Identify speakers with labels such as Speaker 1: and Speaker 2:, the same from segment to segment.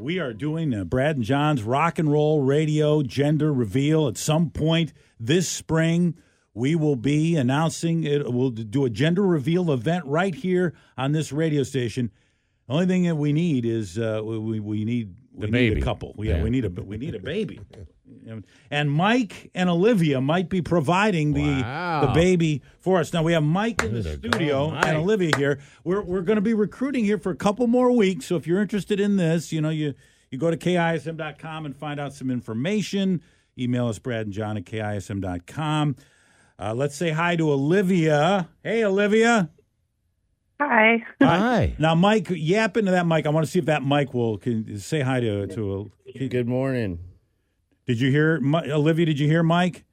Speaker 1: We are doing uh, Brad and John's rock and roll radio gender reveal at some point this spring. We will be announcing it. We'll do a gender reveal event right here on this radio station. The only thing that we need is uh, we- we, we need we
Speaker 2: The
Speaker 1: need
Speaker 2: baby.
Speaker 1: a couple. Yeah,
Speaker 2: Yeah.
Speaker 1: we need a we need a baby. And- And Mike and Olivia might be providing the
Speaker 2: Wow.
Speaker 1: the baby for us. Now we have Mike in the
Speaker 2: There you go,
Speaker 1: studio
Speaker 2: Mike.
Speaker 1: and Olivia here. We're we're going to be recruiting here for a couple more weeks. So if you're interested in this, you know you you go to kism.com and find out some information. Email us Brad and John at kism.com. Uh, let's say hi to Olivia. Hey Olivia.
Speaker 3: Hi.
Speaker 2: Hi.
Speaker 1: Now, Mike, yap into that mic. I want to see if that mic will can say hi to to.
Speaker 4: Good morning.
Speaker 1: Did you hear Mi- Olivia? Did you hear Mike?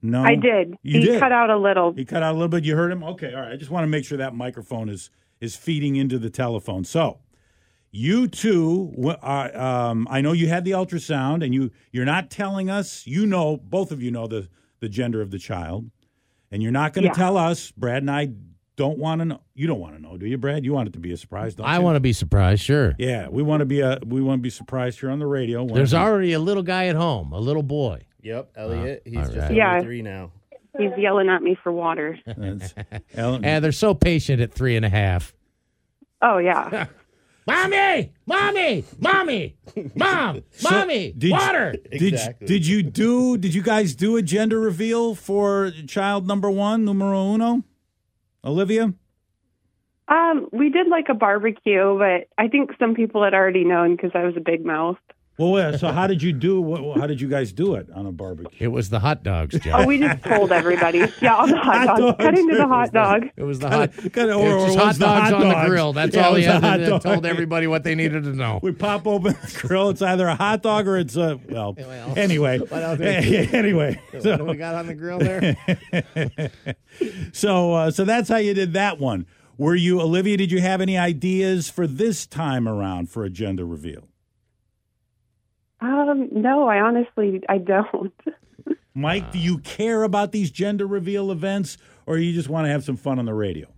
Speaker 1: No,
Speaker 2: Oh,
Speaker 3: I did.
Speaker 1: You
Speaker 3: he
Speaker 1: did.
Speaker 3: cut out a little.
Speaker 1: He cut out a little bit. You heard him. Okay, all right. I just want to make sure that microphone is is feeding into the telephone. So, you two, w- uh, um, I know you had the ultrasound, and you you're not telling us. You know, both of you know the the gender of the child, and you're not going to
Speaker 3: Yeah.
Speaker 1: tell us. Brad and I don't want to know. You don't want to know, do you, Brad? You want it to be a surprise. Don't
Speaker 2: I
Speaker 1: you?
Speaker 2: want to be surprised, sure.
Speaker 1: Yeah, we want to be uh we want to be surprised here on the radio. Wanna
Speaker 2: There's
Speaker 1: be-
Speaker 2: already a little guy at home, a little boy.
Speaker 4: Yep, Elliot. He's
Speaker 2: all
Speaker 4: just
Speaker 2: right.
Speaker 4: over
Speaker 3: Yeah.
Speaker 4: three now.
Speaker 3: He's yelling at me for water.
Speaker 1: That's- Ellen-
Speaker 2: And they're so patient at three and a half.
Speaker 3: Oh yeah.
Speaker 2: Mommy! Mommy! Mommy! Mom! mommy!
Speaker 1: did-
Speaker 2: water!
Speaker 1: did
Speaker 4: Exactly.
Speaker 1: did you do did you guys do a gender reveal for child number one, numero uno, Olivia?
Speaker 3: um, we did like a barbecue, but I think some people had already known because I was a big mouth.
Speaker 1: Well, yeah, so how did you do? What, how did you guys do it on a barbecue?
Speaker 2: It was the hot dogs, Jeff.
Speaker 3: Oh, we just told everybody. Yeah, all the hot
Speaker 1: Hot
Speaker 3: dogs.
Speaker 1: dogs.
Speaker 3: Cut into the hot dog.
Speaker 2: It was the hot,
Speaker 1: Kinda-
Speaker 2: it was
Speaker 1: or- or
Speaker 2: just
Speaker 1: it
Speaker 2: hot
Speaker 1: was
Speaker 2: dogs
Speaker 1: the hot
Speaker 2: on
Speaker 1: dogs.
Speaker 2: the grill. That's
Speaker 1: Yeah,
Speaker 2: all
Speaker 1: it was
Speaker 2: he
Speaker 1: a
Speaker 2: had
Speaker 1: hot
Speaker 2: to do.
Speaker 1: dog.
Speaker 2: told everybody what they needed to know.
Speaker 1: We pop open the grill. It's either a hot dog or it's a well.
Speaker 2: Well,
Speaker 1: Anyway,
Speaker 2: what else is-
Speaker 1: anyway.
Speaker 2: What do
Speaker 1: So,
Speaker 2: we got on the grill there?
Speaker 1: so uh, so that's how you did that one. Were you Olivia? Did you have any ideas for this time around for a gender reveal?
Speaker 3: Um, no, I honestly I don't.
Speaker 1: Mike, do
Speaker 2: Uh,
Speaker 1: you care about these gender reveal events or you just want to have some fun on the radio?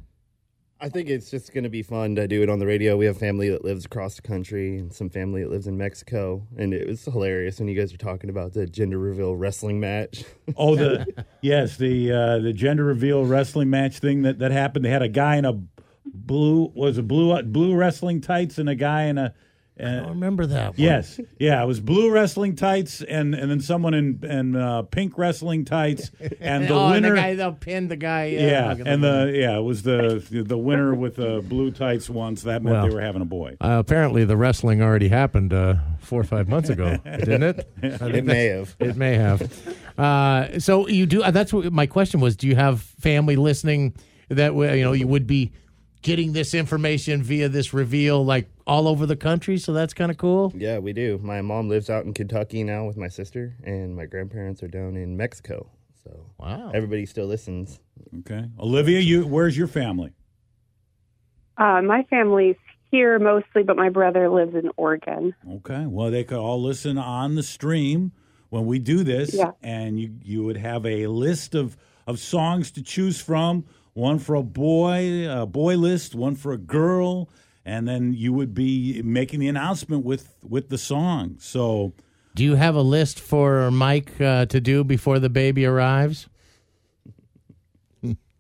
Speaker 4: I think it's just going to be fun to do it on the radio. We have family that lives across the country and some family that lives in Mexico. And it was hilarious when you guys were talking about the gender reveal wrestling match.
Speaker 1: Oh, the yes, the uh, the gender reveal wrestling match thing that, that happened. They had a guy in a blue was a blue uh, blue wrestling tights and a guy in a uh,
Speaker 2: I don't remember that one.
Speaker 1: yes, yeah, it was blue wrestling tights and, and then someone in and uh, pink wrestling tights and the
Speaker 2: oh, and
Speaker 1: winner.
Speaker 2: the guy that pinned the guy.
Speaker 1: yeah, and the yeah it was the the winner with the blue tights once. That meant
Speaker 2: Well.
Speaker 1: they were having a boy.
Speaker 2: Uh, apparently, the wrestling already happened uh, four or five months ago, didn't it?
Speaker 4: it may have.
Speaker 2: It may have. Uh, so you do. Uh, that's what my question was. Do you have family listening that w- you know you would be getting this information via this reveal, like all over the country? So that's kind of cool.
Speaker 4: Yeah, we do. My mom lives out in Kentucky now with my sister, and my grandparents are down in Mexico. So
Speaker 2: Wow.
Speaker 4: everybody still listens.
Speaker 1: Okay, Olivia, you where's your family?
Speaker 3: Uh, my family's here mostly, but my brother lives in Oregon.
Speaker 1: Okay. Well, they could all listen on the stream when we do this,
Speaker 3: Yeah.
Speaker 1: and you you would have a list of of songs to choose from. One for a boy, a boy list. One for a girl, and then you would be making the announcement with with the song. So
Speaker 2: Do you have a list for Mike uh, to do before the baby arrives?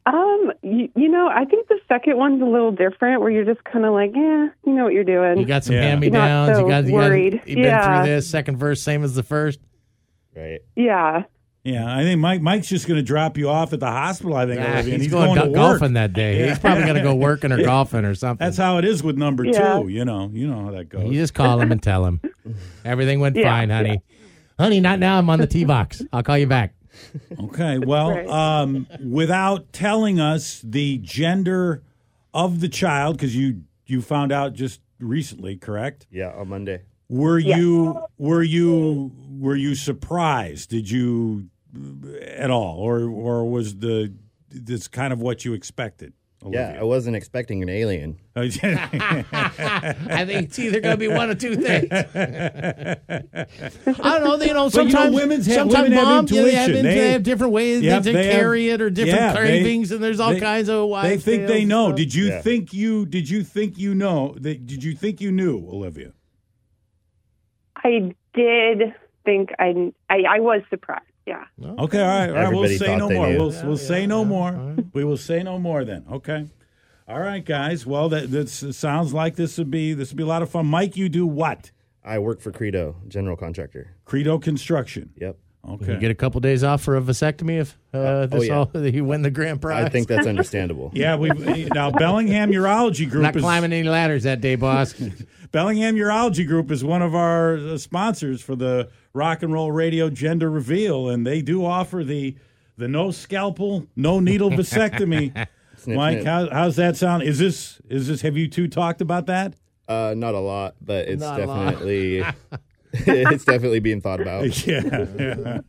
Speaker 3: Um, you, you know, I think the second one's a little different, where you're just kind of like, yeah, you know what you're doing.
Speaker 2: You got some
Speaker 1: Yeah.
Speaker 2: hand me downs.
Speaker 3: Not so
Speaker 2: you got you got-
Speaker 3: worried.
Speaker 2: You've been
Speaker 3: Yeah.
Speaker 2: through this second verse, same as the first.
Speaker 4: Right.
Speaker 3: yeah.
Speaker 1: yeah, I think Mike Mike's just going to drop you off at the hospital. I think
Speaker 2: Ah,
Speaker 1: Olivia, and
Speaker 2: he's, going,
Speaker 1: to
Speaker 2: go-
Speaker 1: work.
Speaker 2: golfing that day. He's probably going to go working or golfing or something.
Speaker 1: That's how it is with number
Speaker 3: Yeah.
Speaker 1: two. You know, you know how that goes.
Speaker 2: You just call him and tell him everything went
Speaker 3: Yeah,
Speaker 2: fine, honey. Honey, not now. I'm on the tee box. I'll call you back.
Speaker 1: Okay. Well,
Speaker 3: Right.
Speaker 1: um, without telling us the gender of the child, because you you found out just recently, correct?
Speaker 4: Yeah, on Monday.
Speaker 1: Were you were you were you surprised? Did you uh, at all, or or was the this kind of what you expected?
Speaker 4: Yeah, I wasn't expecting an alien.
Speaker 1: Yeah.
Speaker 2: I think it's either going to be one of two things. I don't know. You know,
Speaker 1: But you know,
Speaker 2: sometimes
Speaker 1: women's have-
Speaker 2: sometimes
Speaker 1: women have
Speaker 2: moms, yeah, they, have
Speaker 1: intuition.
Speaker 2: in- they
Speaker 1: They-
Speaker 2: have different ways
Speaker 1: Yep,
Speaker 2: they, to
Speaker 1: they have-
Speaker 2: carry it or different
Speaker 1: yeah, they-
Speaker 2: cravings, and there's all
Speaker 1: they-
Speaker 2: kinds of wives.
Speaker 1: they think they know. Did you
Speaker 4: Yeah.
Speaker 1: think you did you think you know? That, did you think you knew, Olivia?
Speaker 3: I did think I, I, I was surprised. Yeah.
Speaker 1: Okay, all right, all right. We'll
Speaker 4: Everybody
Speaker 1: say
Speaker 4: thought
Speaker 1: no
Speaker 4: they
Speaker 1: more.
Speaker 4: knew.
Speaker 1: We'll, we'll say no more. We will say no more then. Okay. All right, guys. Well, that this it sounds like this would be this would be a lot of fun. Mike, you do what?
Speaker 4: I work for Credo, general contractor.
Speaker 1: Credo Construction.
Speaker 4: Yep.
Speaker 2: You
Speaker 1: Okay.
Speaker 2: get a couple days off for a vasectomy if uh, this
Speaker 4: Oh, yeah.
Speaker 2: all you win the grand prize.
Speaker 4: I think that's understandable.
Speaker 1: yeah, we now Bellingham Urology Group
Speaker 2: not
Speaker 1: is
Speaker 2: climbing any ladders that day, boss.
Speaker 1: Bellingham Urology Group is one of our uh, sponsors for the Rock and Roll Radio Gender Reveal, and they do offer the the no scalpel, no needle vasectomy. Mike,
Speaker 4: snip.
Speaker 1: how, how's that sound? Is this is this? Have you two talked about that?
Speaker 4: Uh, not a lot, but it's
Speaker 2: Not a lot.
Speaker 4: definitely it's definitely being thought about.
Speaker 1: Yeah. yeah.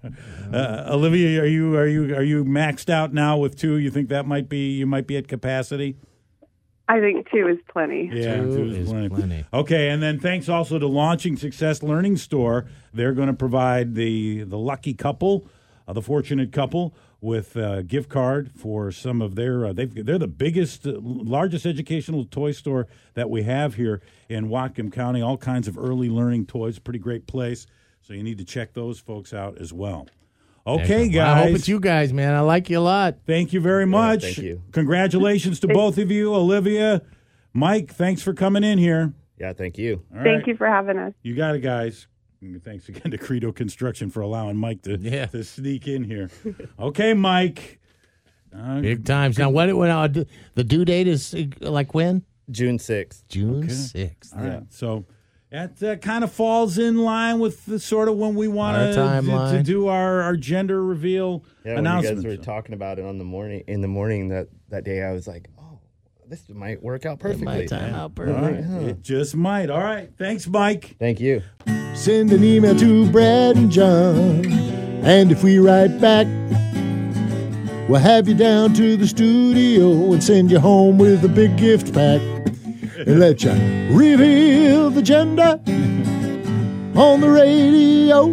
Speaker 1: Uh, Olivia, are you are you are you maxed out now with two? You think that might be you might be at capacity?
Speaker 3: I think two is plenty.
Speaker 1: Yeah,
Speaker 2: Two is plenty.
Speaker 1: Okay, and then thanks also to Launching Success Learning Store. They're going to provide the the lucky couple, uh, the fortunate couple, with a gift card for some of their. Uh, they've, they're the biggest, uh, largest educational toy store that we have here in Whatcom County. All kinds of early learning toys. Pretty great place. So you need to check those folks out as well. Okay,
Speaker 2: Well,
Speaker 1: guys.
Speaker 2: I hope it's you guys, man. I like you a lot.
Speaker 1: Thank you very much.
Speaker 4: thank you.
Speaker 1: Congratulations to both of you, Olivia, Mike. Thanks for coming in here.
Speaker 4: Yeah, thank you.
Speaker 1: All right.
Speaker 3: Thank you for having us.
Speaker 1: You got it, guys. And Thanks again to Credo Construction for allowing Mike to,
Speaker 2: Yeah.
Speaker 1: to sneak in here. Okay, Mike. Uh,
Speaker 2: Big times. Now, what? what uh, the due date is uh, like when?
Speaker 4: June sixth.
Speaker 2: June sixth.
Speaker 1: all right. So that uh, kind of falls in line with the sort of when we
Speaker 2: Our
Speaker 1: want to, to
Speaker 2: timeline.
Speaker 1: do our, our gender reveal
Speaker 4: Yeah, when you
Speaker 1: announcement.
Speaker 4: guys were talking about it on the morning in the morning that that day, I was like, oh, this might work out
Speaker 2: My
Speaker 4: perfectly.
Speaker 2: time out,
Speaker 1: All right. It just might. All right. Thanks, Mike.
Speaker 4: Thank you.
Speaker 5: Send an email to Brad and John. And if we write back, we'll have you down to the studio and send you home with a big gift pack. And let you reveal the gender on the radio.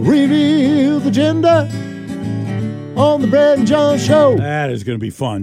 Speaker 5: Reveal the gender on the Brad and John show.
Speaker 1: That is going to be fun.